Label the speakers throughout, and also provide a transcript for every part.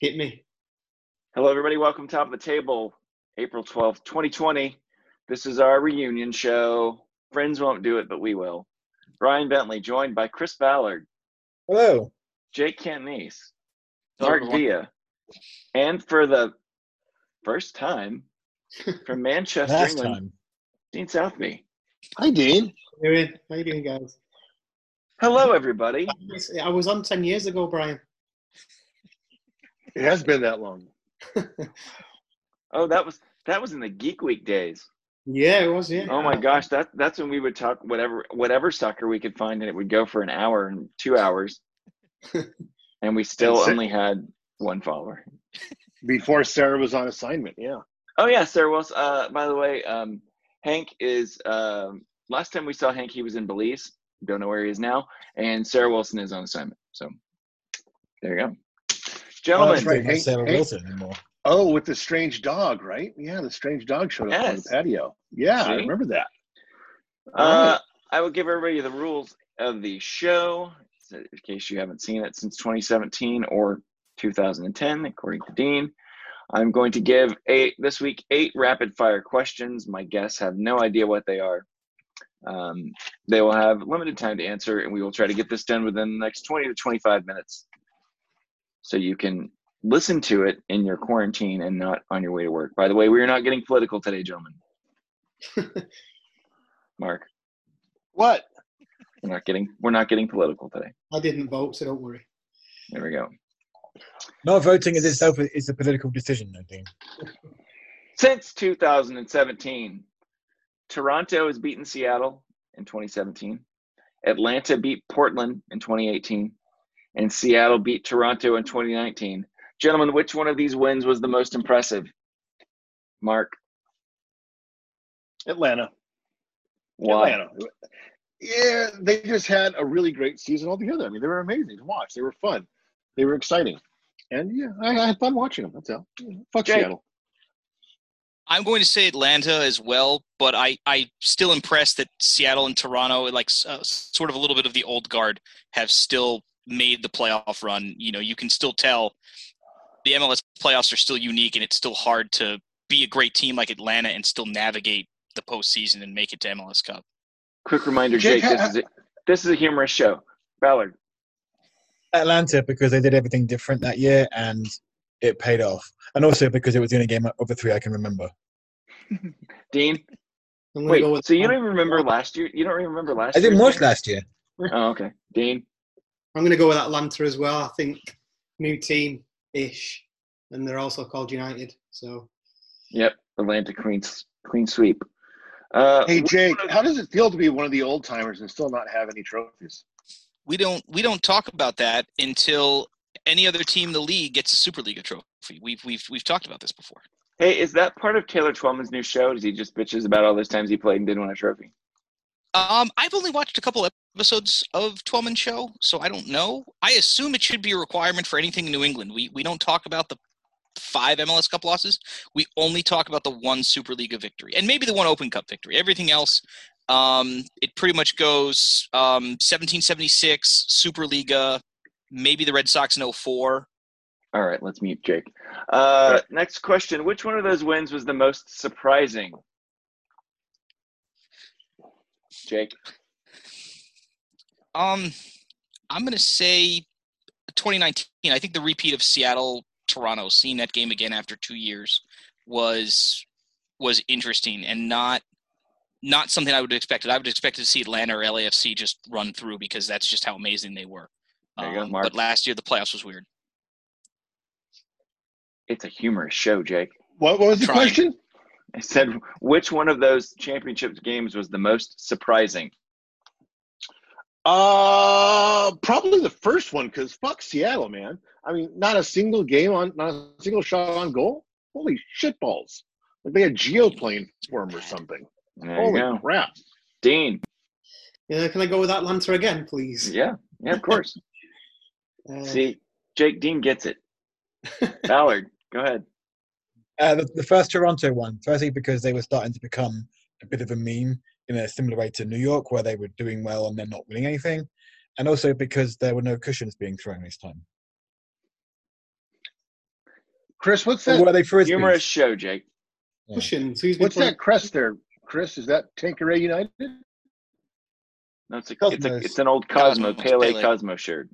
Speaker 1: Hit me.
Speaker 2: Hello, everybody. Welcome to Top of the Table, April 12th, 2020. This is our reunion show. Friends won't do it, but we will. Brian Bentley, joined by Chris Ballard,
Speaker 3: Hello.
Speaker 2: Jake Cantonese,
Speaker 1: Hello,
Speaker 2: Mark
Speaker 1: everyone.
Speaker 2: Villa, and for the first time from Manchester,
Speaker 3: Last
Speaker 2: England,
Speaker 3: time.
Speaker 2: Dean Southby.
Speaker 4: Hi, Dean.
Speaker 1: Anyway, how you doing, guys?
Speaker 2: Hello, everybody.
Speaker 1: It's- I was on 10 years ago, Brian.
Speaker 4: It has been that long.
Speaker 2: Oh, that was that was in the Geek Week days.
Speaker 1: Yeah, it was, yeah.
Speaker 2: Oh my gosh, that that's when we would talk whatever whatever sucker we could find, and it would go for an hour and two hours, and we still
Speaker 4: That's it.
Speaker 2: only had one follower.
Speaker 4: Before Sarah was on assignment, yeah.
Speaker 2: Oh yeah, Sarah Wells. Uh, by the way, um, Hank is. Um, last time we saw Hank, he was in Belize. Don't know where he is now. And Sarah Wilson is on assignment. So there you go,
Speaker 3: Oh,
Speaker 2: gentlemen.
Speaker 3: that's right.
Speaker 4: Hey,
Speaker 3: Sarah
Speaker 4: hey.
Speaker 3: Wilson anymore.
Speaker 4: Oh, with the strange dog, right? Yeah, the strange dog showed up on
Speaker 2: Yes.
Speaker 4: the patio. Yeah, I
Speaker 2: See?
Speaker 4: remember that.
Speaker 2: Uh, I will give everybody the rules of the show so in case you haven't seen it since 2017 or 2010, according to Dean. I'm going to give eight this week eight rapid fire questions. My guests have no idea what they are. Um, they will have limited time to answer, and we will try to get this done within the next 20 to 25 minutes so you can listen to it in your quarantine and not on your way to work. By the way, we are not getting political today, gentlemen. Mark.
Speaker 4: What?
Speaker 2: We're not getting we're not getting political today.
Speaker 1: I didn't vote, so don't worry.
Speaker 2: There we go.
Speaker 3: Not voting is itself a- is a political decision, I think.
Speaker 2: Since 2017, Toronto has beaten Seattle in 2017. Atlanta beat Portland in 2018, and Seattle beat Toronto in 2019. Gentlemen, which one of these wins was the most impressive? Mark,
Speaker 4: Atlanta.
Speaker 2: why?
Speaker 4: Atlanta. Yeah, they just had a really great season altogether. I mean, they were amazing to watch. They were fun. They were exciting. And yeah, I, I had fun watching them. That's all. Fuck
Speaker 2: Jake.
Speaker 4: Seattle.
Speaker 5: I'm going to say Atlanta as well, but I I still impressed that Seattle and Toronto, like s- uh, sort of a little bit of the old guard, have still made the playoff run. You know, you can still tell the MLS playoffs are still unique, and it's still hard to be a great team like Atlanta and still navigate the postseason and make it to MLS Cup.
Speaker 2: Quick reminder, Jake,
Speaker 4: Jake,
Speaker 2: this
Speaker 4: I-
Speaker 2: is a, this is a humorous show. Ballard,
Speaker 3: Atlanta because they did everything different that year and it paid off, and also because it was the only game of the three I can remember.
Speaker 2: Dean.
Speaker 1: I'm gonna
Speaker 2: Wait,
Speaker 1: go with
Speaker 2: so you don't even remember last year? You don't even remember last
Speaker 3: I
Speaker 2: year?
Speaker 3: didn't watch last year.
Speaker 2: Oh, okay. Dean.
Speaker 1: I'm going to go with Atlanta as well. I think new team ish, and they're also called United. So
Speaker 2: Yep, Atlanta clean s- clean sweep. Uh,
Speaker 4: Hey, Jake, how does it feel to be one of the old timers and still not have any trophies?
Speaker 5: We don't we don't talk about that until any other team in the league gets a Superliga trophy. We've we've we've talked about this before.
Speaker 2: hey, is that part of Taylor Twellman's new show? Does he just bitches about all those times he played and didn't win a trophy?
Speaker 5: Um, I've only watched a couple episodes of Twelman Show, so I don't know. I assume it should be a requirement for anything in New England. We we don't talk about the five MLS Cup losses. We only talk about the one Superliga victory and maybe the one Open Cup victory. Everything else, um, it pretty much goes um, 1776 Superliga, maybe the Red Sox in 04.
Speaker 2: All right, let's mute Jake. Uh, Next question: Which one of those wins was the most surprising? Jake,
Speaker 5: Um, I'm going to say 2019. I think the repeat of Seattle Toronto, seeing that game again after two years, was was interesting and not not something I would have expected. I would have expected to see Atlanta or LAFC just run through because that's just how amazing they were.
Speaker 2: There you go,
Speaker 5: Um,
Speaker 2: Mark.
Speaker 5: but last year the playoffs was weird.
Speaker 2: it's a humorous show, Jake.
Speaker 4: What, what was the
Speaker 5: Trying.
Speaker 4: question?
Speaker 2: I said, which one of those championship games was the most surprising?
Speaker 4: Uh, probably the first one because fuck Seattle, man. I mean, not a single game on, not a single shot on goal. Holy shitballs! Like they had geoplane for him or something.
Speaker 2: There
Speaker 4: Holy
Speaker 2: you go,
Speaker 4: crap!
Speaker 2: Dean.
Speaker 1: yeah, can I go with Atlanta again, please?
Speaker 2: Yeah, yeah, of course.
Speaker 1: Uh,
Speaker 2: See, Jake Dean gets it. Ballard, go ahead.
Speaker 3: Uh, the, the first Toronto one, firstly because they were starting to become a bit of a meme in a similar way to New York, where they were doing well and then not winning anything, and also because there were no cushions being thrown this time.
Speaker 4: Chris, what's
Speaker 3: Or were
Speaker 4: that?
Speaker 3: they frisbees?
Speaker 2: Humorous show, Jake.
Speaker 1: Cushions. Who's been
Speaker 4: What's
Speaker 1: playing?
Speaker 4: that crest there, Chris? Is that Tanqueray United?
Speaker 2: No, it's, a, it's, a,
Speaker 3: Cosmos.
Speaker 2: it's an old Cosmo,
Speaker 5: Cosmos,
Speaker 2: Pele,
Speaker 5: Pele.
Speaker 2: Cosmo shirt.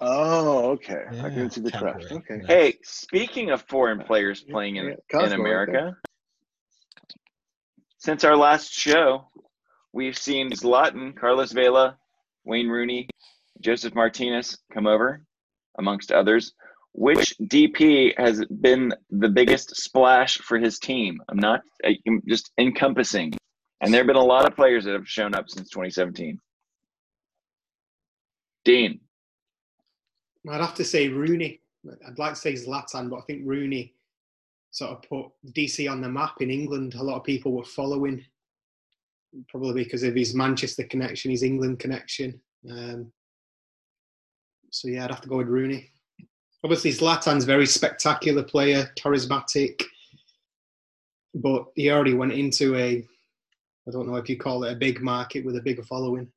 Speaker 4: Oh, okay. I
Speaker 3: Yeah,
Speaker 4: can see the crest.
Speaker 3: Tanqueray.
Speaker 4: Okay.
Speaker 3: Yeah.
Speaker 2: Hey, speaking of foreign players playing in,
Speaker 4: Yeah, Cosmo right
Speaker 2: in
Speaker 4: there.
Speaker 2: America, since our last show, we've seen Zlatan, Carlos Vela, Wayne Rooney, Joseph Martinez come over, amongst others. Which DP has been the biggest splash for his team? I'm not I- I'm just encompassing. And there have been a lot of players that have shown up since 2017. Dean,
Speaker 1: I'd have to say Rooney. I'd like to say Zlatan, but I think Rooney sort of put DC on the map in England. A lot of people were following, probably because of his Manchester connection, his England connection. Um, so yeah, I'd have to go with Rooney. Obviously, Zlatan's a very spectacular player, charismatic, but he already went into a, I don't know if you call it a big market with a bigger following.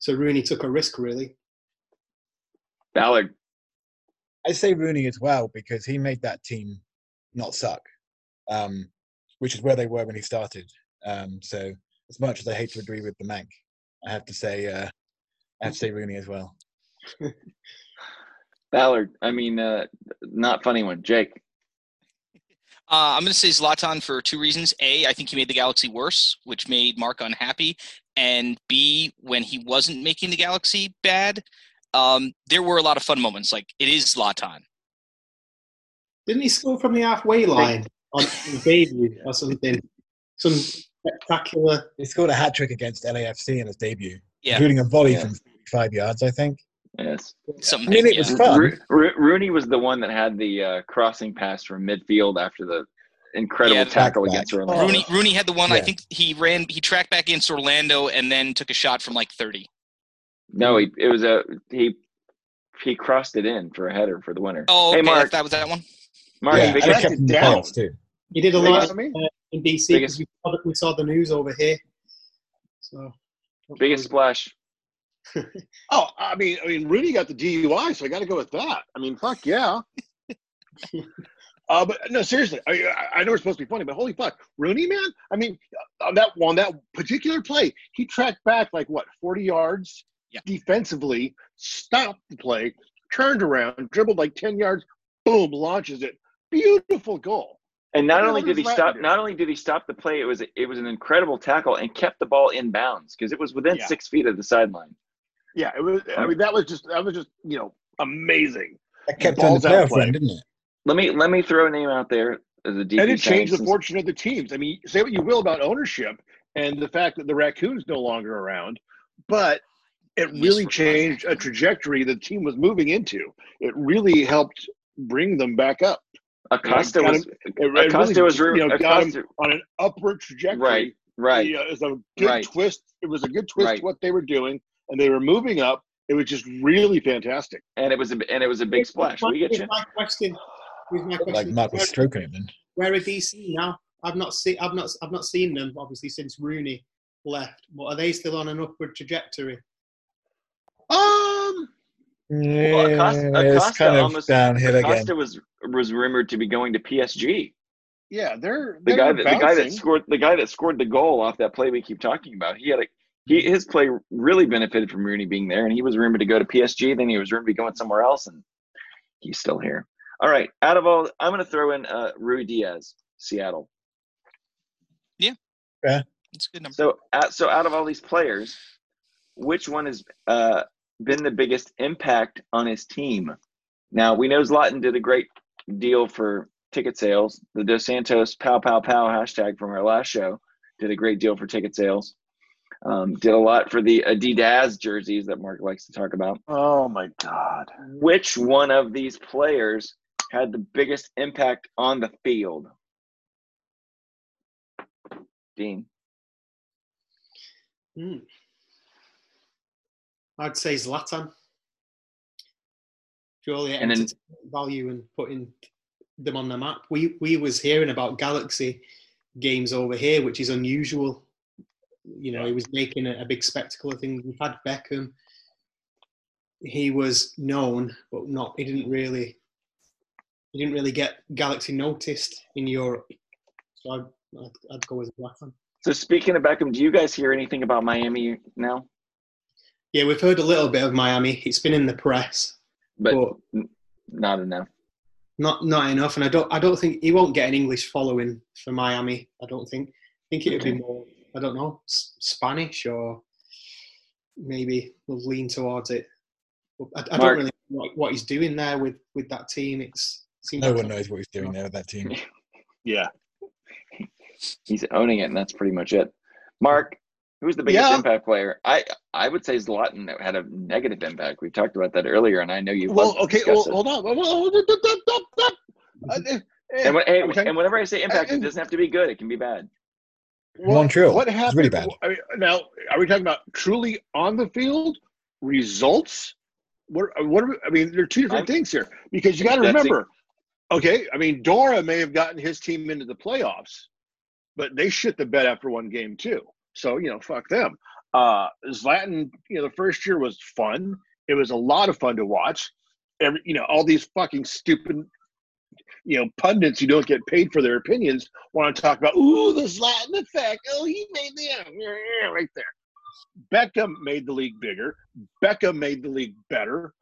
Speaker 1: So Rooney took a risk, really.
Speaker 2: Ballard,
Speaker 3: I say Rooney as well because he made that team not suck, um, which is where they were when he started. Um, so as much as I hate to agree with the Mank, I have to say uh, I have to say Rooney as well.
Speaker 2: Ballard. I mean, uh, not funny one. Jake.
Speaker 5: Uh, I'm going to say Zlatan for two reasons. A, I think he made the Galaxy worse, which made Mark unhappy. And B, when he wasn't making the Galaxy bad, um, there were a lot of fun moments. Like, it is Zlatan.
Speaker 1: Didn't he score from the halfway line on his debut or something? Some spectacular.
Speaker 3: He scored a hat trick against LAFC in his debut,
Speaker 5: Yeah.
Speaker 3: including a volley
Speaker 2: Yeah.
Speaker 3: from five yards, I think.
Speaker 2: Yes.
Speaker 5: Something.
Speaker 3: I mean, it
Speaker 5: yeah.
Speaker 3: was fun.
Speaker 2: Ro- Ro- Rooney was the one that had the uh, crossing pass from midfield after the incredible
Speaker 5: Yeah, the
Speaker 2: tackle
Speaker 3: back-back.
Speaker 2: against Orlando.
Speaker 5: Rooney, Rooney had the one. I
Speaker 3: Yeah.
Speaker 5: think he ran. He tracked back against Orlando and then took a shot from like 30.
Speaker 2: No, he, it was a he. He crossed it in for a header for the winner.
Speaker 5: Oh,
Speaker 2: hey
Speaker 5: okay,
Speaker 2: Mark,
Speaker 5: that was that one.
Speaker 2: Mark,
Speaker 3: yeah,
Speaker 2: big-
Speaker 3: and I kept him in the
Speaker 4: down.
Speaker 3: playoffs too.
Speaker 1: He did a
Speaker 4: You know what
Speaker 1: lot
Speaker 4: I mean?
Speaker 1: in DC because
Speaker 2: Biggest-
Speaker 1: we, saw the- we saw the news over here. So
Speaker 2: biggest splash.
Speaker 4: Oh, I mean, I mean, Rooney got the DUI, so I got to go with that. I mean, fuck yeah. uh, but no, seriously, I, I- I know it's supposed to be funny, but holy fuck, Rooney, man! I mean, on that on that particular play, he tracked back like what forty yards
Speaker 5: Yeah.
Speaker 4: defensively, stopped the play, turned around, dribbled like ten yards, boom, launches it, beautiful goal.
Speaker 2: And not
Speaker 4: Yeah,
Speaker 2: only
Speaker 4: what
Speaker 2: did he
Speaker 4: does Latin
Speaker 2: stop,
Speaker 4: do?
Speaker 2: not only did he stop the play, it was it was an incredible tackle and kept the ball in bounds because it was within
Speaker 4: Yeah.
Speaker 2: six feet of the sideline.
Speaker 4: Yeah, it was. I mean, that was just that was just you know amazing.
Speaker 3: I kept him in the
Speaker 4: Balls out
Speaker 3: playoffs
Speaker 4: play.
Speaker 3: run, didn't it?
Speaker 2: Let me let me throw a name out there as a DP.
Speaker 4: and it changed the
Speaker 2: signing.
Speaker 4: fortune of the teams. I mean, say what you will about ownership and the fact that the raccoon's no longer around, but it really changed a trajectory the team was moving into. It really helped bring them back up
Speaker 2: Acosta
Speaker 4: Yeah, got
Speaker 2: was
Speaker 4: It- it
Speaker 2: Acosta
Speaker 4: really,
Speaker 2: was Ru-
Speaker 4: you know, got him
Speaker 2: Acosta,
Speaker 4: on an upward trajectory.
Speaker 2: right right.
Speaker 4: You know, it was a good
Speaker 2: Right.
Speaker 4: twist. It was a good twist
Speaker 2: Right.
Speaker 4: to what they were doing, and they were moving up. It was just really fantastic.
Speaker 2: and it was a and it was a big splash. We get
Speaker 1: Here's
Speaker 2: you.
Speaker 1: my question. Here's my
Speaker 3: Like
Speaker 1: question.
Speaker 3: Mark was
Speaker 1: where,
Speaker 3: stroking it then.
Speaker 1: where are DC now? I've not seen. I've not. I've not seen them obviously since Rooney left. But are they still on an upward trajectory?
Speaker 4: Um,
Speaker 3: Yeah,
Speaker 2: Acosta-
Speaker 3: it's
Speaker 2: Acosta
Speaker 3: kind of
Speaker 2: almost-
Speaker 3: downhill again.
Speaker 2: Costa was was rumored to be going to PSG.
Speaker 4: yeah, they're,
Speaker 2: The
Speaker 4: they're
Speaker 2: guy that the guy that
Speaker 4: bouncing.
Speaker 2: scored the guy that scored the goal off that play we keep talking about. He had a he his play really benefited from Rooney being there, and he was rumored to go to PSG. Then he was rumored to be going somewhere else, and he's still here. All right, out of all, I'm going to throw in uh, Rui Diaz, Seattle.
Speaker 5: That's a good number.
Speaker 2: So, out so out of all these players, which one has uh, been the biggest impact on his team? Now we know Zlatan did a great deal for ticket sales. The Dos Santos pow pow pow hashtag from our last show did a great deal for ticket sales. Um, did a lot for the Adidas jerseys that Mark likes to talk about.
Speaker 4: oh my god.
Speaker 2: Which one of these players had the biggest impact on the field? Dean.
Speaker 1: Hmm. I'd say Zlatan. Purely
Speaker 2: And then-
Speaker 1: entertainment value and putting them on the map. We we was hearing about Galaxy games over here, which is unusual. You know, he was making a, a big spectacle of things. We've had Beckham. He was known, but not. He didn't really you didn't really get Galaxy noticed in Europe. So I'd, I'd, I'd go with Blackman.
Speaker 2: So speaking of Beckham, do you guys hear anything about Miami now?
Speaker 1: Yeah, we've heard a little bit of Miami. It's been in the press,
Speaker 2: But-
Speaker 1: but
Speaker 2: Not enough.
Speaker 1: not not enough. And I don't I don't think he won't get an English following for Miami. I don't think. I think it would be
Speaker 2: Okay.
Speaker 1: more. I don't know S- Spanish or maybe we'll lean towards it. But I, I don't
Speaker 2: Mark.
Speaker 1: really know what, what he's doing there with with that team. It's seems
Speaker 3: No
Speaker 1: like
Speaker 3: one knows what he's doing there with that team.
Speaker 4: Yeah.
Speaker 2: He's owning it, and that's pretty much it. Mark, who's the biggest
Speaker 4: Yeah.
Speaker 2: impact player? I I would say Zlatan had a negative impact. We talked about that earlier, and I know you.
Speaker 4: Well,
Speaker 2: loved to
Speaker 4: okay.
Speaker 2: discuss
Speaker 4: Well,
Speaker 2: it. Mm-hmm.
Speaker 4: hold on. Well, well, well, dup, dup, dup, dup. Uh, eh,
Speaker 2: And, when, hey,
Speaker 4: Okay.
Speaker 2: and whenever I say impact,
Speaker 4: Uh,
Speaker 2: it doesn't have to be good. It can be bad.
Speaker 4: What,
Speaker 3: Montreal.
Speaker 4: What
Speaker 3: It's
Speaker 4: happened?
Speaker 3: really bad.
Speaker 4: I mean, now, are we talking about truly on the field results? What? What? Are we, I mean, there are two different
Speaker 2: I'm-
Speaker 4: things here because you got to
Speaker 2: That's a-
Speaker 4: remember. okay, I mean, Dora may have gotten his team into the playoffs, but they shit the bed after one game too. So you know, fuck them. Uh, Zlatan, you know, the first year was fun. It was a lot of fun to watch. Every, you know, all these fucking stupid you know, pundits who don't get paid for their opinions want to talk about, ooh, the Latin effect. Oh, he made the right there. Beckham made the league bigger. Beckham made the league better.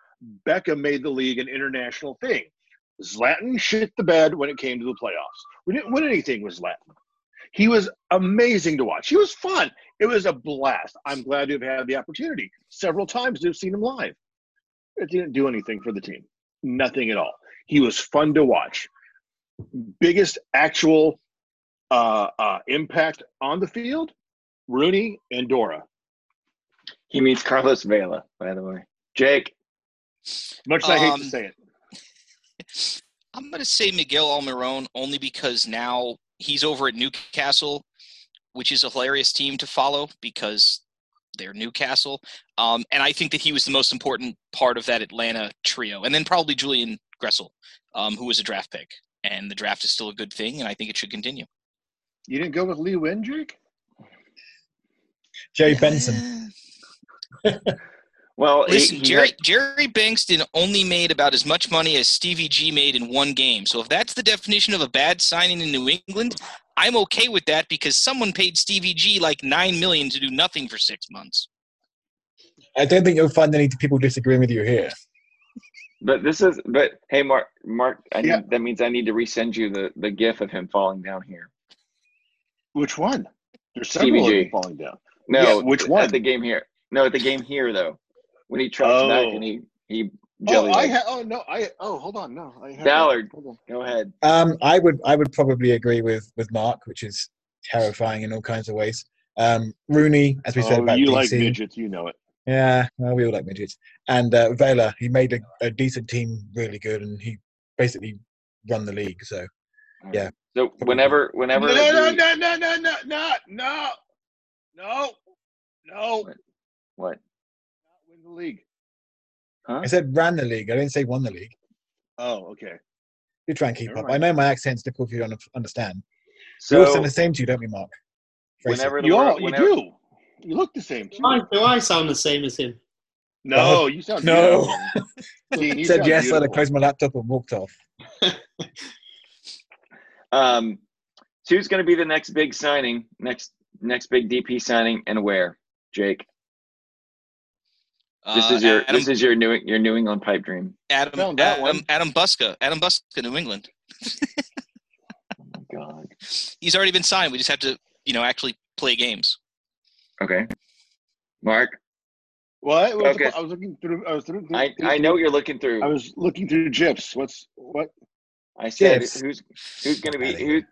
Speaker 4: Beckham made the league an international thing. Zlatan shit the bed when it came to the playoffs. We didn't win anything with Zlatan. He was amazing to watch. He was fun. It was a blast. I'm glad to have had the opportunity several times to have seen him live. It didn't do anything for the team. Nothing at all. He was fun to watch. Biggest actual uh, uh, impact on the field, Rooney and Dora.
Speaker 2: He means Carlos Vela, by the way. Jake,
Speaker 4: Much as I hate
Speaker 5: Um,
Speaker 4: to say it.
Speaker 5: I'm going to say Miguel Almiron only because now he's over at Newcastle, which is a hilarious team to follow because they're Newcastle. Um, and I think that he was the most important part of that Atlanta trio. And then probably Julian Gressel, um, who was a draft pick. And the draft is still a good thing, and I think it should continue.
Speaker 4: You didn't go with Lee Win, Jake?
Speaker 3: Jerry Benson.
Speaker 2: well, he-
Speaker 5: Listen,
Speaker 2: he
Speaker 5: Jerry
Speaker 2: had-
Speaker 5: Jerry Bankston only made about as much money as Stevie G made in one game. So if that's the definition of a bad signing in New England, I'm okay with that because someone paid Stevie G like nine million to do nothing for six months.
Speaker 3: I don't think you'll find any people disagreeing with you here.
Speaker 2: but this is, but hey, Mark, Mark, I
Speaker 4: Yeah.
Speaker 2: need, that means I need to resend you the the gif of him falling down here.
Speaker 4: Which one? There's several of
Speaker 2: TBG.
Speaker 4: them falling down.
Speaker 2: No,
Speaker 4: Yeah, which
Speaker 2: th-
Speaker 4: one?
Speaker 2: At the game here. No, at the game here though, when he trucks
Speaker 4: Oh.
Speaker 2: back and he he jelly.
Speaker 4: Oh, I
Speaker 2: legs.
Speaker 4: ha- oh no, I oh hold on, no, I have
Speaker 2: Ballard.
Speaker 4: Hold on.
Speaker 2: Go ahead.
Speaker 3: Um, I would I would probably agree with with Mark, which is terrifying in all kinds of ways. Um, Rooney, as we said
Speaker 4: Oh,
Speaker 3: about
Speaker 4: you
Speaker 3: DC,
Speaker 4: like midgets, you know it.
Speaker 3: yeah, well, we all like midgets. And uh, Vela, he made a, a decent team really good, and he basically run the league. So
Speaker 2: All
Speaker 3: Yeah.
Speaker 2: right. So whenever
Speaker 4: No,
Speaker 2: whenever
Speaker 4: no, no,
Speaker 2: the-
Speaker 4: no, no, no, no, no, no, no, no. Not
Speaker 2: what
Speaker 4: win the league.
Speaker 2: huh?
Speaker 3: I said ran the league. I didn't say won the league.
Speaker 4: Oh, okay.
Speaker 3: You try and keep
Speaker 4: Never
Speaker 3: up.
Speaker 4: mind.
Speaker 3: I know my accent's difficult for you to un- understand. we all
Speaker 2: So
Speaker 3: sound the same to you, don't we, Mark? Face it.
Speaker 2: whenever the
Speaker 4: You
Speaker 2: world,
Speaker 4: all, you
Speaker 2: whenever,
Speaker 4: do. You look the same.
Speaker 1: Do I, do I sound the same as him?
Speaker 4: No, you sound
Speaker 3: No.
Speaker 4: beautiful. Gene, you
Speaker 3: said
Speaker 4: sound
Speaker 3: yes, I'd have
Speaker 4: beautiful.
Speaker 3: closed my laptop and walked off.
Speaker 2: Um, so who's going to be the next big signing, next next big DP signing, and where? Jake, this
Speaker 5: Uh,
Speaker 2: is your
Speaker 5: Adam,
Speaker 2: this is your new your New England pipe dream.
Speaker 5: Adam,
Speaker 4: Found
Speaker 5: Adam,
Speaker 4: that
Speaker 5: Adam,
Speaker 4: one.
Speaker 5: Buska, Adam Buska, New England.
Speaker 2: Oh my God.
Speaker 5: He's already been signed. We just have to, you know, actually play games.
Speaker 2: Okay. Mark,
Speaker 4: What? What was the-
Speaker 2: Okay.
Speaker 4: I was looking through. I was through.
Speaker 2: I I know what you're looking
Speaker 4: I
Speaker 2: through.
Speaker 4: was looking through GIFs. What's what?
Speaker 2: I said
Speaker 3: Yes.
Speaker 2: who's who's going to be
Speaker 3: Outta
Speaker 2: who?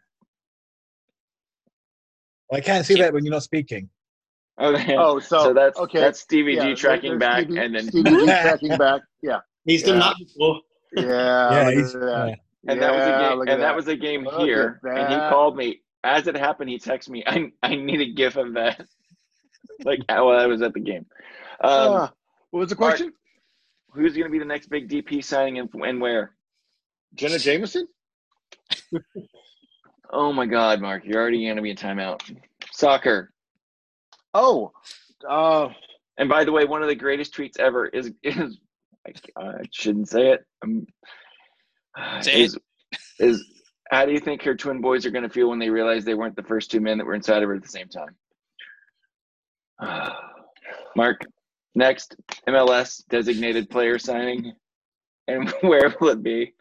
Speaker 3: I can't see
Speaker 5: Keep-
Speaker 3: that when you're not speaking.
Speaker 2: Oh,
Speaker 4: Oh, so,
Speaker 2: so that's
Speaker 4: okay.
Speaker 2: that's Stevie
Speaker 4: Yeah,
Speaker 2: G
Speaker 4: there-
Speaker 2: tracking
Speaker 4: there's
Speaker 2: back,
Speaker 4: Stevie-
Speaker 2: and then
Speaker 4: Stevie G tracking back. Yeah,
Speaker 1: He's done
Speaker 4: Yeah.
Speaker 1: that before.
Speaker 4: yeah.
Speaker 3: yeah,
Speaker 4: look
Speaker 3: he's,
Speaker 4: at that.
Speaker 3: yeah.
Speaker 2: and that was a
Speaker 4: Yeah,
Speaker 2: game,
Speaker 4: look at
Speaker 2: and that was a game
Speaker 4: Look
Speaker 2: here,
Speaker 4: at
Speaker 2: and he
Speaker 4: that.
Speaker 2: called me as it happened. He texted me, I I need a gif of that. like, well, I was at the game. Um,
Speaker 4: Ah, what was the
Speaker 2: Mark-
Speaker 4: question?
Speaker 2: who's going to be the next big DP signing and, and where?
Speaker 4: Jenna Jameson.
Speaker 2: Oh my God, Mark, you're already going to be a timeout. Soccer.
Speaker 4: Oh, uh,
Speaker 2: And by the way, one of the greatest tweets ever is is I, I shouldn't say it. Um,
Speaker 5: Say
Speaker 2: is is how do you think her twin boys are going to feel when they realize they weren't the first two men that were inside of her at the same time? Mark, next MLS designated player signing, and where will it be?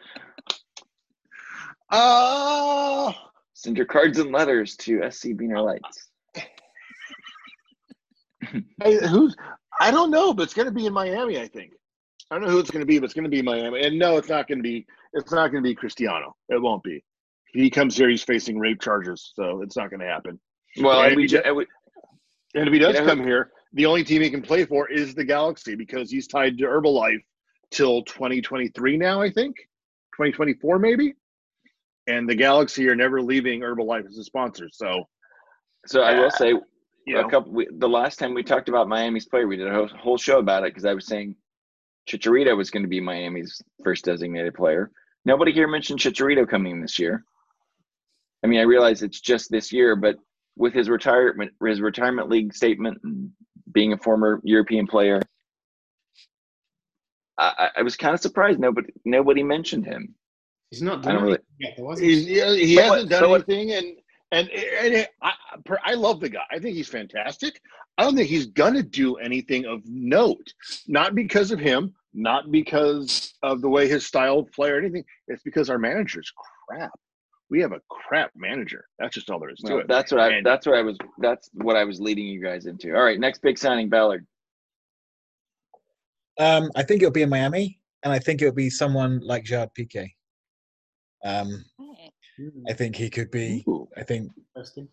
Speaker 4: Uh,
Speaker 2: Send your cards and letters to SC Beaner Lights.
Speaker 4: I, who's? I don't know, but it's going to be in Miami. I think. I don't know who it's going to be, but it's going to be Miami. And no, it's not going to be. It's not going to be Cristiano. It won't be. He comes here. He's facing rape charges, so it's not going to happen.
Speaker 2: Well,
Speaker 4: Yeah,
Speaker 2: and we,
Speaker 4: we
Speaker 2: ju-
Speaker 4: did-
Speaker 2: and we,
Speaker 4: And if he does
Speaker 2: You know who-
Speaker 4: come here, the only team he can play for is the Galaxy because he's tied to Herbalife till 2023 now, I think, 2024 maybe. And the Galaxy are never leaving Herbalife as a sponsor. So,
Speaker 2: so I will say
Speaker 4: you know,
Speaker 2: a couple. We, the last time we talked about Miami's player, we did a whole, whole show about it because I was saying Chicharito was going to be Miami's first designated player. Nobody here mentioned Chicharito coming this year. I mean, I realize it's just this year, but with his retirement, his retirement league statement, and being a former European player, I, I- I was kind of surprised nobody nobody mentioned him.
Speaker 1: He's not
Speaker 2: I
Speaker 1: done
Speaker 2: don't really.
Speaker 1: anything yet, though, has he?
Speaker 4: he's, yeah, he
Speaker 2: But
Speaker 4: hasn't
Speaker 2: what-
Speaker 4: done
Speaker 2: but what-
Speaker 4: anything. And, and, and I, I love the guy. I think he's fantastic. I don't think he's going to do anything of note, not because of him, not because of the way his style of play or anything. It's because our manager's crap. We have a crap manager. That's just all there is to
Speaker 2: Well,
Speaker 4: it.
Speaker 2: that's what I.
Speaker 4: And-
Speaker 2: That's what I was. That's what I was leading you guys into. All right, next big signing, Ballard.
Speaker 3: Um, I think it'll be in Miami, and I think it'll be someone like Gerard Piqué. Um, I think he could be.
Speaker 4: Ooh.
Speaker 3: I think
Speaker 1: Interesting.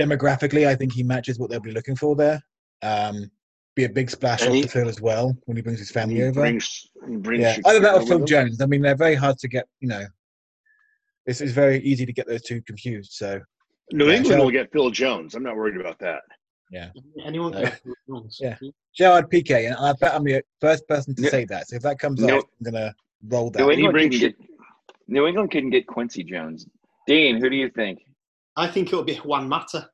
Speaker 3: demographically, I think he matches what they'll be looking for there. Um, be a big splash
Speaker 2: And
Speaker 3: off
Speaker 2: he-
Speaker 3: the field as well when he brings his family
Speaker 4: He
Speaker 3: over.
Speaker 4: brings- he brings
Speaker 3: yeah,
Speaker 4: you-
Speaker 3: either that or
Speaker 4: you
Speaker 3: Phil
Speaker 4: know,
Speaker 3: Jones. I mean, they're very hard to get. You know, it's, it's very easy to get those two confused. So
Speaker 4: New
Speaker 3: Yeah,
Speaker 4: England
Speaker 3: Jones.
Speaker 4: will get Phil Jones. I'm not worried about that.
Speaker 1: Anyone can
Speaker 3: No.
Speaker 1: have Jones.
Speaker 3: Yeah. Gerard Piqué, and I bet I'm the first person to
Speaker 2: No-
Speaker 3: say that. So if that comes
Speaker 2: No-
Speaker 3: up, I'm gonna roll that.
Speaker 2: New England
Speaker 4: brings
Speaker 2: couldn't get. New England couldn't get Quincy Jones. Dean, who do you think?
Speaker 1: I think it'll be Juan Mata.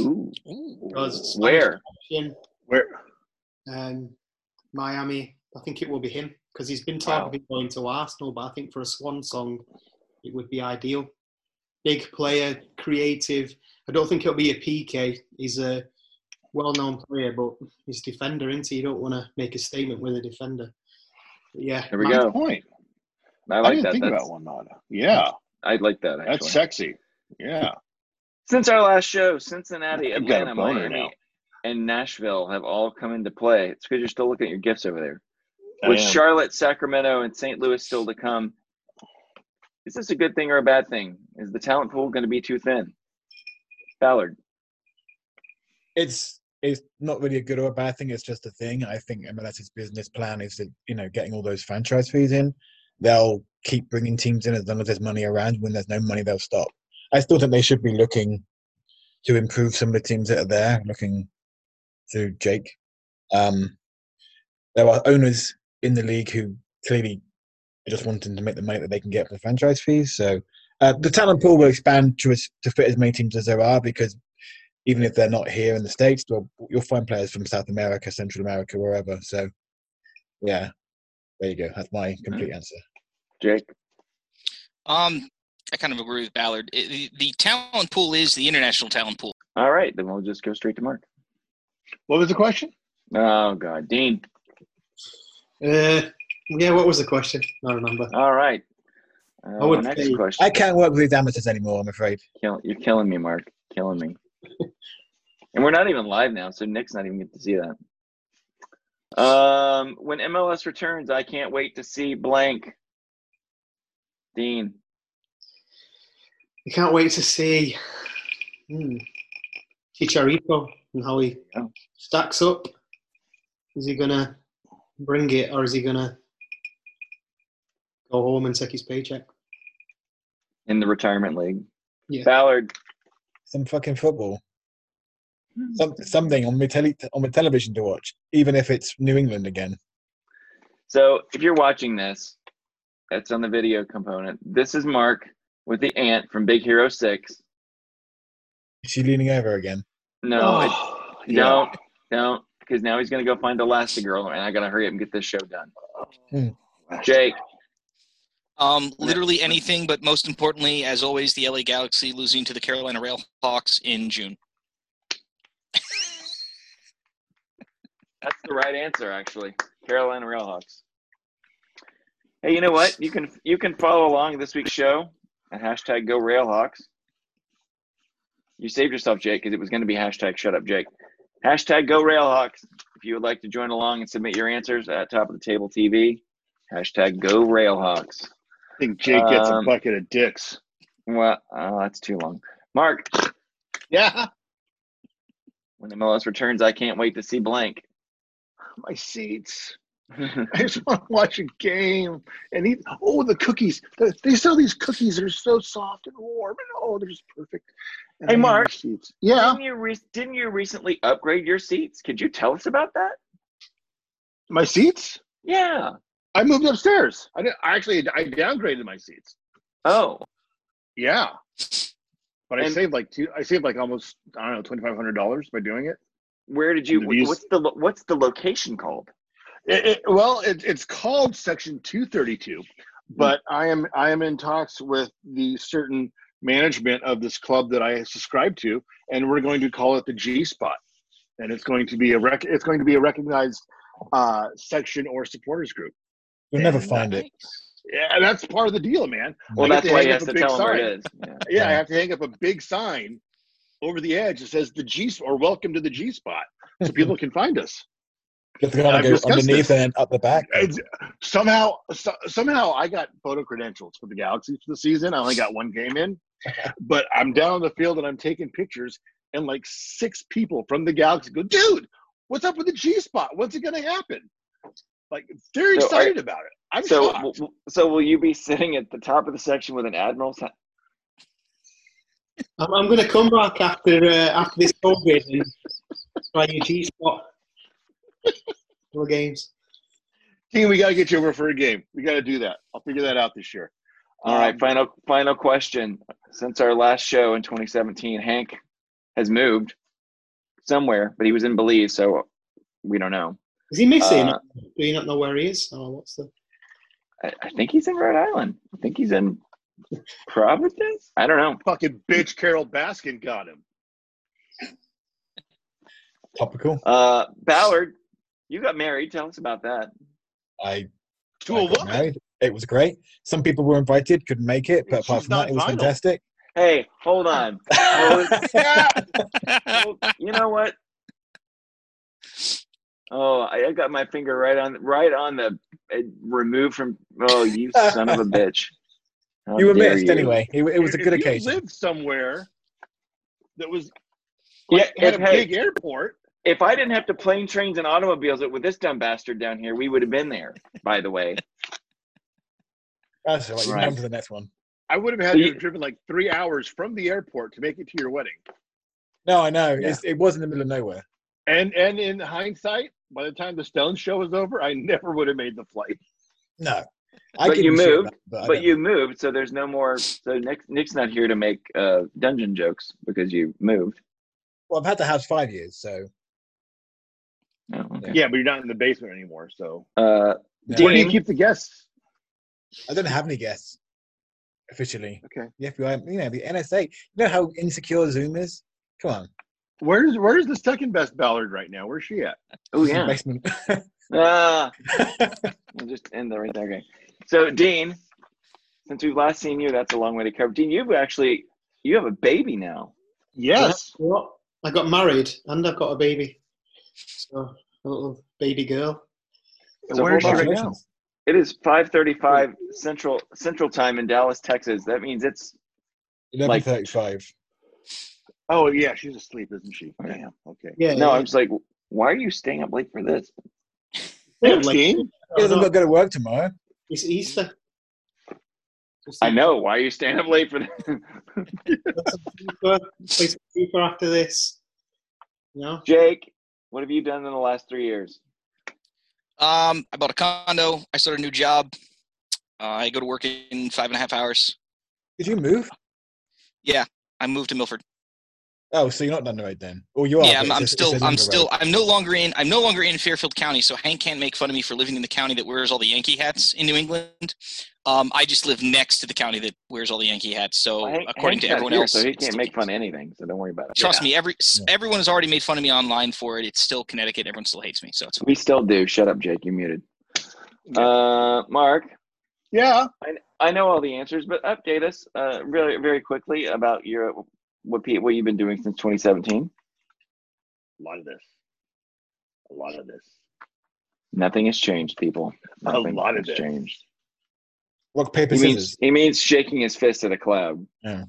Speaker 2: Ooh,
Speaker 5: Ooh.
Speaker 1: Because
Speaker 2: where?
Speaker 1: In
Speaker 4: Where
Speaker 1: um, Miami, I think it will be him because he's been
Speaker 2: Wow.
Speaker 1: talking about going to Arsenal, but I think for a swan song, it would be ideal. Big player, creative. I don't think it'll be a PK. He's a well-known player, but he's defender, isn't he? You don't want to make a statement with a defender. But yeah,
Speaker 2: Here we
Speaker 4: Good
Speaker 2: go.
Speaker 4: point.
Speaker 2: I
Speaker 4: I,
Speaker 2: like
Speaker 4: didn't
Speaker 2: that.
Speaker 4: think
Speaker 2: That's,
Speaker 4: about one Yeah,
Speaker 2: I like that actually.
Speaker 4: that's sexy. Yeah,
Speaker 2: Since our last show, Cincinnati,
Speaker 4: I've got a
Speaker 2: Atlanta,
Speaker 4: boner
Speaker 2: Miami,
Speaker 4: now.
Speaker 2: and Nashville have all come into play. It's because you're still looking at your gifts over there.
Speaker 4: I
Speaker 2: With
Speaker 4: am.
Speaker 2: Charlotte, Sacramento, and St. Louis still to come, is this a good thing or a bad thing? Is the talent pool going to be too thin? Ballard.
Speaker 3: it's it's not really a good or a bad thing. It's just a thing. I think MLS's business plan is that you know getting all those franchise fees in. They'll keep bringing teams in as long as there's money around. When there's no money, they'll stop. I still think they should be looking to improve some of the teams that are there. Looking to Jake, um, there are owners in the league who clearly are just wanting to make the money that they can get for the franchise fees. So uh, the talent pool will expand to as, to fit as many teams as there are because even if they're not here in the states, well, you'll find players from South America, Central America, wherever. So, yeah, there you go. That's my complete answer.
Speaker 2: Jake.
Speaker 5: Um, I kind of agree with Ballard. I- the, the talent pool is the international talent pool.
Speaker 2: All right, then we'll just go straight to Mark.
Speaker 4: What was the question?
Speaker 2: Oh God, Dean.
Speaker 1: uh, yeah. What was the question? I don't remember.
Speaker 2: All right. Uh,
Speaker 1: I would
Speaker 2: next
Speaker 1: say-
Speaker 2: question.
Speaker 3: I can't work with these amateurs anymore. I'm afraid.
Speaker 2: Kill, you're killing me, Mark. Killing me. and we're not even live now, so Nick's not even get to see that. Um, when MLS returns, I can't wait to see blank. Dean.
Speaker 1: I can't wait to see hmm, Chicharito and how he
Speaker 2: Yeah.
Speaker 1: stacks up. Is he gonna bring it, or is he gonna go home and take his paycheck?
Speaker 2: in the retirement league.
Speaker 1: Yeah.
Speaker 2: Ballard.
Speaker 3: Some fucking football. Some, something on my tele, on my television to watch, even if it's New England again.
Speaker 2: So if you're watching this, that's on the video component. This is Mark with the ant from Big Hero Six.
Speaker 3: Is she leaning over again?
Speaker 2: No, it-
Speaker 4: Oh, yeah.
Speaker 2: don't, don't, because now he's gonna go find Elastigirl, and I gotta hurry up and get this show done. Jake.
Speaker 5: Um, literally anything, but most importantly, as always, the LA Galaxy losing to the Carolina Railhawks in June.
Speaker 2: That's the right answer, actually. Carolina Railhawks. Hey, you know what? You can you can follow along this week's show at hashtag Go Railhawks. You saved yourself, Jake, because it was going to be hashtag Shut Up Jake. Hashtag Go Railhawks. If you would like to join along and submit your answers at Top of the Table TV, hashtag Go Railhawks.
Speaker 4: I think Jake gets
Speaker 2: Um,
Speaker 4: a bucket of dicks.
Speaker 2: Well, oh, that's too long. Mark,
Speaker 4: Yeah.
Speaker 2: when MLS returns, I can't wait to see blank.
Speaker 4: My seats. I just want to watch a game and eat. Oh, the cookies! The- They sell these cookies that are so soft and warm, and oh, they're just perfect. And
Speaker 2: Hey,
Speaker 4: I need
Speaker 2: Mark.
Speaker 4: my seats. Yeah.
Speaker 2: Didn't you, re- didn't you recently upgrade your seats? Could you tell us about that?
Speaker 4: My seats.
Speaker 2: Yeah.
Speaker 4: I moved upstairs. I, did, I actually I downgraded my seats.
Speaker 2: Oh,
Speaker 4: Yeah. But I
Speaker 2: And-
Speaker 4: saved like two. I saved like almost I don't know twenty five hundred dollars by doing it.
Speaker 2: where did you?
Speaker 4: And the views-
Speaker 2: What's the lo- what's the location called?
Speaker 4: It, it- well, it, it's called Section 232,
Speaker 2: Hmm.
Speaker 4: but I am I am in talks with the certain management of this club that I subscribe to, and we're going to call it the G Spot, and it's going to be a rec- it's going to be a recognized uh, section or supporters group.
Speaker 3: You'll never
Speaker 4: Yeah.
Speaker 3: find it.
Speaker 4: Yeah, and that's part of the deal, man.
Speaker 2: Well,
Speaker 4: I
Speaker 2: that's
Speaker 4: get to
Speaker 2: why you
Speaker 4: hang
Speaker 2: have
Speaker 4: up
Speaker 2: to
Speaker 4: a big
Speaker 2: tell them where
Speaker 4: sign.
Speaker 2: it is. Yeah.
Speaker 4: Yeah, I
Speaker 3: Yeah.
Speaker 4: have to hang up a big sign over the edge that says the G or Welcome to the G Spot, so people can find us.
Speaker 3: Get the guy
Speaker 4: I've
Speaker 3: to go
Speaker 4: discussed
Speaker 3: underneath
Speaker 4: this.
Speaker 3: and up the back.
Speaker 4: It's- somehow so, somehow I got photo credentials for the Galaxy for the season. I only got one game in, but I'm down on the field and I'm taking pictures, and like six people from the Galaxy go, "Dude, what's up with the G spot? When's it gonna happen?" Like
Speaker 2: So
Speaker 4: they're
Speaker 2: are-
Speaker 4: excited about it. I'm
Speaker 2: So,
Speaker 4: shocked.
Speaker 2: w- w- so will you be sitting at the top of the section with an admiral's hat?
Speaker 1: I'm, I'm going to come back after uh, after this COVID and try your G spot. Four games.
Speaker 4: Team, we gotta get you over for a game. We gotta do that. I'll figure that out this year.
Speaker 2: All right,
Speaker 4: Um,
Speaker 2: final final question. Since our last show in 2017, Hank has moved somewhere, but he was in Belize, so we don't know.
Speaker 1: Is he missing?
Speaker 2: Uh,
Speaker 1: Do you not know where he is? Or what's the?
Speaker 2: I, I think he's in Rhode Island. I think he's in Providence. I don't know.
Speaker 4: fucking bitch, Carol Baskin got him.
Speaker 3: Topical.
Speaker 2: Uh, Ballard, you got married. Tell us about that.
Speaker 3: I
Speaker 4: To
Speaker 3: I
Speaker 4: a
Speaker 3: got
Speaker 4: woman.
Speaker 3: married. It was great. Some people were invited, couldn't make it, but
Speaker 4: She's
Speaker 3: apart from that, it was
Speaker 4: non-vinyl.
Speaker 3: fantastic.
Speaker 2: Hey, hold on. Oh, it's- oh, you know what? Oh, I I got my finger right on right on the uh, remove from. Oh, you son of a bitch! How
Speaker 3: you were
Speaker 2: dare
Speaker 3: missed anyway. It, it was a
Speaker 4: If-
Speaker 3: good
Speaker 4: if you
Speaker 3: occasion.
Speaker 4: lived somewhere that was
Speaker 2: Yeah,
Speaker 4: like, had
Speaker 2: if-
Speaker 4: a
Speaker 2: hey,
Speaker 4: big airport.
Speaker 2: if I didn't have to plane, trains, and automobiles it with this dumb bastard down here, we would have been there. By the way,
Speaker 3: That's all right. You can
Speaker 2: Right.
Speaker 3: come to the next one.
Speaker 4: I would have had to
Speaker 2: You-
Speaker 4: have driven like three hours from the airport to make it to your wedding.
Speaker 3: No, I know. It's, it was in the middle of nowhere.
Speaker 4: And and in hindsight, by the time the Stones show was over, I never would have made the flight.
Speaker 3: No.
Speaker 2: But
Speaker 3: give
Speaker 2: you
Speaker 3: a shit
Speaker 2: moved,
Speaker 3: about it, but, I
Speaker 2: but
Speaker 3: don't.
Speaker 2: you moved, so there's no more. So Nick, Nick's not here to make uh, dungeon jokes because you moved.
Speaker 3: Well, I've had the house five years, so
Speaker 2: Oh, okay.
Speaker 4: Yeah, but you're not in the basement anymore. So
Speaker 2: Uh,
Speaker 3: no.
Speaker 4: where do you
Speaker 2: Dean?
Speaker 4: keep the guests?
Speaker 3: I don't have any guests officially.
Speaker 4: Okay.
Speaker 3: The FBI, you know, the NSA. You know how insecure Zoom is? Come on.
Speaker 4: Where's where's the second best Ballard right now? Where's she at?
Speaker 2: oh
Speaker 3: This is the
Speaker 2: yeah.
Speaker 3: Basement.
Speaker 2: Ah, we'll just end the right there. Okay. So Dean, since we've last seen you, that's a long way to cover. Dean, you've actually you have a baby now.
Speaker 4: Yes.
Speaker 1: What? I got married and I've got a baby. So a little baby girl.
Speaker 2: So
Speaker 4: where is she
Speaker 2: hold on.
Speaker 4: right now?
Speaker 2: It is 5:35 Central Central Time in Dallas, Texas. That means it's Like-
Speaker 3: 1135.
Speaker 4: Oh yeah, she's asleep, isn't she?
Speaker 2: Yeah.
Speaker 4: Damn. Okay.
Speaker 1: Yeah.
Speaker 2: no. I
Speaker 1: yeah.
Speaker 2: was like, why are you staying up late for this?
Speaker 1: Thanks,
Speaker 4: Like, Dean,
Speaker 3: He doesn't got to go to work tomorrow.
Speaker 1: It's Easter. It's
Speaker 2: I know why are you staying up late for this.
Speaker 1: Easter. Play some FIFA after this. You know?
Speaker 2: Jake, what have you done in the last three years?
Speaker 5: Um, I bought a condo. I started a new job. Uh, I go to work in five and a half hours.
Speaker 3: Did you move?
Speaker 5: I moved to Milford.
Speaker 3: Oh, so you're not done the road then? Or you are?
Speaker 5: yeah,
Speaker 3: but
Speaker 5: I'm,
Speaker 3: it's
Speaker 5: I'm
Speaker 3: a- it's
Speaker 5: still,
Speaker 3: a
Speaker 5: I'm
Speaker 3: longer
Speaker 5: still,
Speaker 3: road.
Speaker 5: I'm no longer in, I'm no longer in Fairfield County, so Hank can't make fun of me for living in the county that wears all the Yankee hats in New England. Um, I just live next to the county that wears all the Yankee hats, so
Speaker 2: Well, Hank-
Speaker 5: Oh, according
Speaker 2: Hank's
Speaker 5: to
Speaker 2: not
Speaker 5: everyone
Speaker 2: here,
Speaker 5: else,
Speaker 2: so he
Speaker 5: it's
Speaker 2: can't
Speaker 5: still
Speaker 2: make fun
Speaker 5: Kansas.
Speaker 2: of anything. So don't worry about it.
Speaker 5: Trust me, every s
Speaker 3: Yeah.
Speaker 5: everyone has already made fun of me online for it. It's still Connecticut. Everyone still hates me, so it's
Speaker 2: We still do. Shut up, Jake. You're muted. Uh, Mark,
Speaker 4: Yeah.
Speaker 2: I, I know all the answers, but update us uh, really very quickly about your what Pete, what you've been doing since 2017.
Speaker 4: A lot of this. A lot of this.
Speaker 2: Nothing has changed, people.
Speaker 4: A
Speaker 2: Nothing
Speaker 4: lot
Speaker 2: has
Speaker 4: of this.
Speaker 2: changed.
Speaker 3: rock paper
Speaker 2: He
Speaker 3: scissors.
Speaker 2: means he means shaking his fist at a cloud.
Speaker 4: Yeah.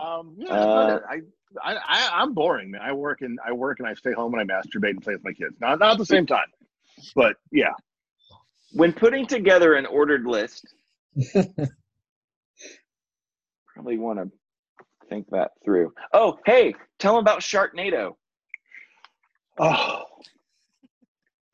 Speaker 4: Um, yeah. that's about
Speaker 2: Uh,
Speaker 4: it. I, I, I, I'm boring, man. I work and I work and I stay home and I masturbate and play with my kids. Not, not at the same time, but yeah.
Speaker 2: When putting together an ordered list, probably want to think that through. Oh, hey, tell him about Sharknado.
Speaker 4: Oh,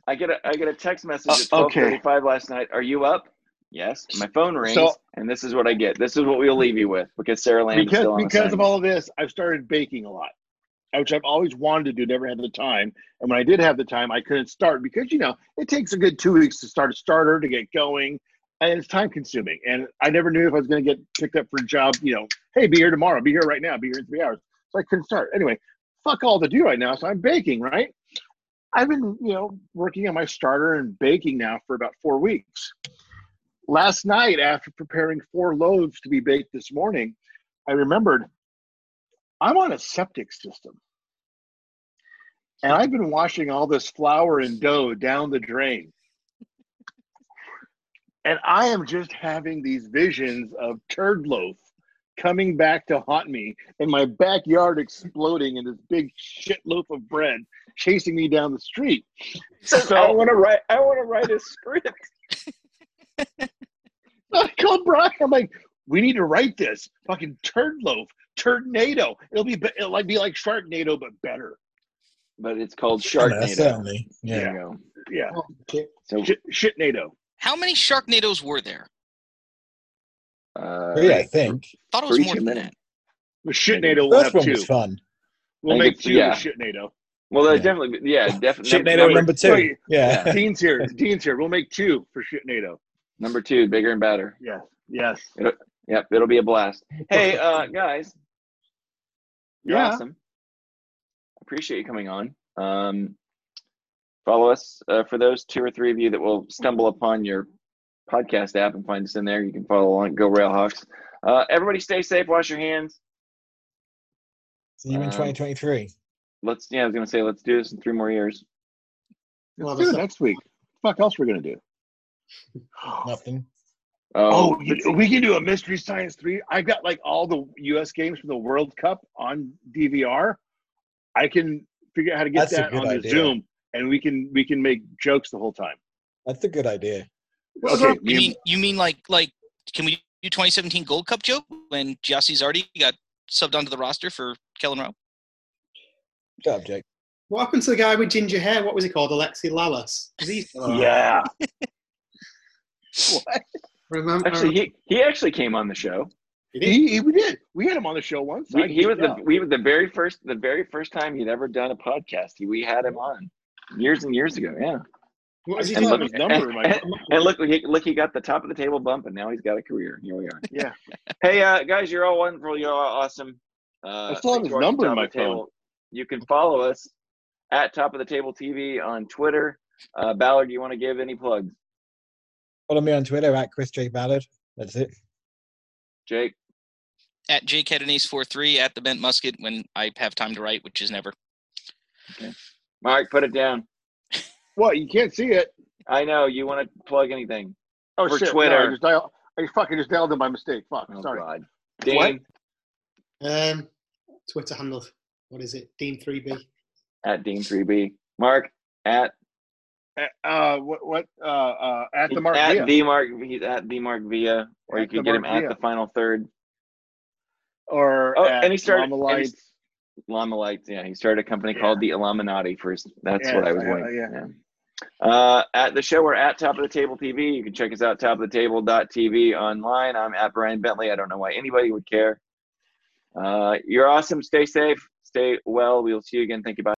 Speaker 2: I get a I get a text message
Speaker 4: Uh,
Speaker 2: at twelve
Speaker 4: okay.
Speaker 2: thirty five last night. Are you up? Yes. My phone rings,
Speaker 4: So-
Speaker 2: and this is what I get. This is what we'll leave you with because Sarah Land is
Speaker 4: because
Speaker 2: still on
Speaker 4: because of
Speaker 2: assignment.
Speaker 4: all of this, I've started baking a lot, which I've always wanted to do, never had the time. And when I did have the time, I couldn't start because you know it takes a good two weeks to start a starter to get going, and it's time consuming. And I never knew if I was going to get picked up for a job. You know, hey, be here tomorrow, be here right now, be here in three hours. So I couldn't start anyway. Fuck all to do right now, so I'm baking. Right, I've been you know working on my starter and baking now for about four weeks. Last night, after preparing four loaves to be baked this morning, I remembered I'm on a septic system. And I've been washing all this flour and dough down the drain. And I am just having these visions of turd loaf coming back to haunt me and my backyard exploding in this big shit loaf of bread chasing me down the street.
Speaker 2: I want to write. I want to write a script.
Speaker 4: I called Brian. I'm like, we need to write this fucking turd loaf, turdnado. It'll be be- it'll like be like Sharknado but better.
Speaker 2: but it's called
Speaker 3: Yeah,
Speaker 2: Sharknado.
Speaker 3: certainly.
Speaker 2: There
Speaker 3: Yeah.
Speaker 2: you go.
Speaker 4: Yeah,
Speaker 1: Okay.
Speaker 2: So
Speaker 4: shit, shit NATO.
Speaker 5: how many Sharknados were there?
Speaker 2: uh,
Speaker 3: Three, I think.
Speaker 5: thought it
Speaker 2: For
Speaker 5: was
Speaker 2: each
Speaker 5: more than
Speaker 2: minute.
Speaker 5: that.
Speaker 4: The shit NATO will
Speaker 3: First
Speaker 4: have
Speaker 3: one
Speaker 4: two.
Speaker 3: was fun.
Speaker 2: I
Speaker 4: We'll
Speaker 2: think
Speaker 4: make
Speaker 2: it's-
Speaker 4: two
Speaker 2: yeah.
Speaker 4: with shit NATO.
Speaker 2: Well, that
Speaker 3: Yeah.
Speaker 2: definitely. Yeah, definitely.
Speaker 3: Shit NATO
Speaker 2: number,
Speaker 3: number two.
Speaker 4: Wait.
Speaker 3: Yeah.
Speaker 4: Dean's here. Dean's here. We'll make two for shit NATO.
Speaker 2: number two, bigger and better.
Speaker 4: Yes. Yes.
Speaker 2: Yep, it'll be a blast. Hey, uh, guys, you're
Speaker 4: Yeah.
Speaker 2: awesome. Appreciate you coming on. Um, follow us uh, for those two or three of you that will stumble upon your podcast app and find us in there. You can follow along. Go Railhawks. Uh, everybody, stay safe. Wash your hands.
Speaker 3: See you in
Speaker 2: Um,
Speaker 3: 2023.
Speaker 2: Let's. Yeah, I was gonna say let's do this in three more years.
Speaker 1: We'll have
Speaker 4: Do
Speaker 1: a
Speaker 4: it
Speaker 1: sec-
Speaker 4: next week. Fuck else we're gonna do.
Speaker 3: Nothing.
Speaker 2: Um,
Speaker 4: Oh, you, we can do a mystery science three. I got like all the U.S. games from the World Cup on DVR. I can figure out how to get
Speaker 3: That's a
Speaker 4: that
Speaker 3: good
Speaker 4: on the
Speaker 3: idea.
Speaker 4: Zoom, and we can we can make jokes the whole time.
Speaker 3: That's a good idea.
Speaker 4: Okay,
Speaker 5: You
Speaker 4: you-
Speaker 5: mean you mean like like can we do 2017 Gold Cup joke when Jossie's already got subbed onto the roster for Kellen Rowe?
Speaker 3: Shut up, Jake.
Speaker 1: What happened to the guy with ginger hair? What was he called? Alexi Lalas. Is he still around?
Speaker 4: yeah.
Speaker 1: Remember?
Speaker 2: Actually, he he actually came on the show.
Speaker 4: He, he, we did. We had him on the show once. I
Speaker 2: We, he
Speaker 4: geeked
Speaker 2: was the
Speaker 4: out.
Speaker 2: we were the very first the very first time he'd ever done a podcast. He, we had him on years and years ago. Yeah,
Speaker 1: what was he
Speaker 4: I
Speaker 2: and
Speaker 4: still
Speaker 1: called?
Speaker 4: have
Speaker 2: look,
Speaker 4: his number in my-
Speaker 2: and, and look, he, look, he got the top of the table bump, and now he's got a career. Here we are.
Speaker 4: Yeah.
Speaker 2: Hey, uh, guys, you're all wonderful. You're all awesome. Uh,
Speaker 4: I still have
Speaker 2: thanks
Speaker 4: his
Speaker 2: for watching
Speaker 4: number in
Speaker 2: Top
Speaker 4: my
Speaker 2: of the Table. You can follow us at Top of the Table TV on Twitter. Uh, Ballard, you want to give any plugs?
Speaker 3: Follow me on Twitter at Chris J Ballard. That's it.
Speaker 2: Jake,
Speaker 5: At Jake had an ace four three at the bent musket when I have time to write, which is never.
Speaker 2: Mark, put it down.
Speaker 4: What? You can't see it.
Speaker 2: I know you want to plug anything.
Speaker 4: Oh
Speaker 2: For
Speaker 4: shit! no,
Speaker 2: Twitter.
Speaker 4: I, just dial, I fucking just dialed it by mistake. Fuck.
Speaker 2: Oh,
Speaker 4: Sorry.
Speaker 2: God.
Speaker 4: What?
Speaker 2: Dean
Speaker 1: Um, Twitter handle. What is it? Dean3B.
Speaker 2: at Dean3B. Mark at
Speaker 4: Uh, what? What? Uh, uh, at the mark.
Speaker 2: at
Speaker 4: Villa.
Speaker 2: the Mark he's at the Mark Villa, or you
Speaker 4: At the
Speaker 2: can get him
Speaker 4: Mark
Speaker 2: at
Speaker 4: Villa.
Speaker 2: the final third.
Speaker 4: or
Speaker 2: Oh,
Speaker 4: at
Speaker 2: and he started-
Speaker 4: Llama
Speaker 2: and he-
Speaker 4: Lights.
Speaker 2: Lamalites, yeah. He started a company
Speaker 4: Yeah.
Speaker 2: called the Illuminati first. That's what
Speaker 4: Yeah,
Speaker 2: I was
Speaker 4: yeah,
Speaker 2: waiting.
Speaker 4: yeah.
Speaker 2: yeah. Uh, at the show, we're at Top of the Table TV. You can check us out, Top of the Table TV online. I'm at Brian Bentley. I don't know why anybody would care. Uh, you're awesome. Stay safe. Stay well. We'll see you again. Thank you. Bye.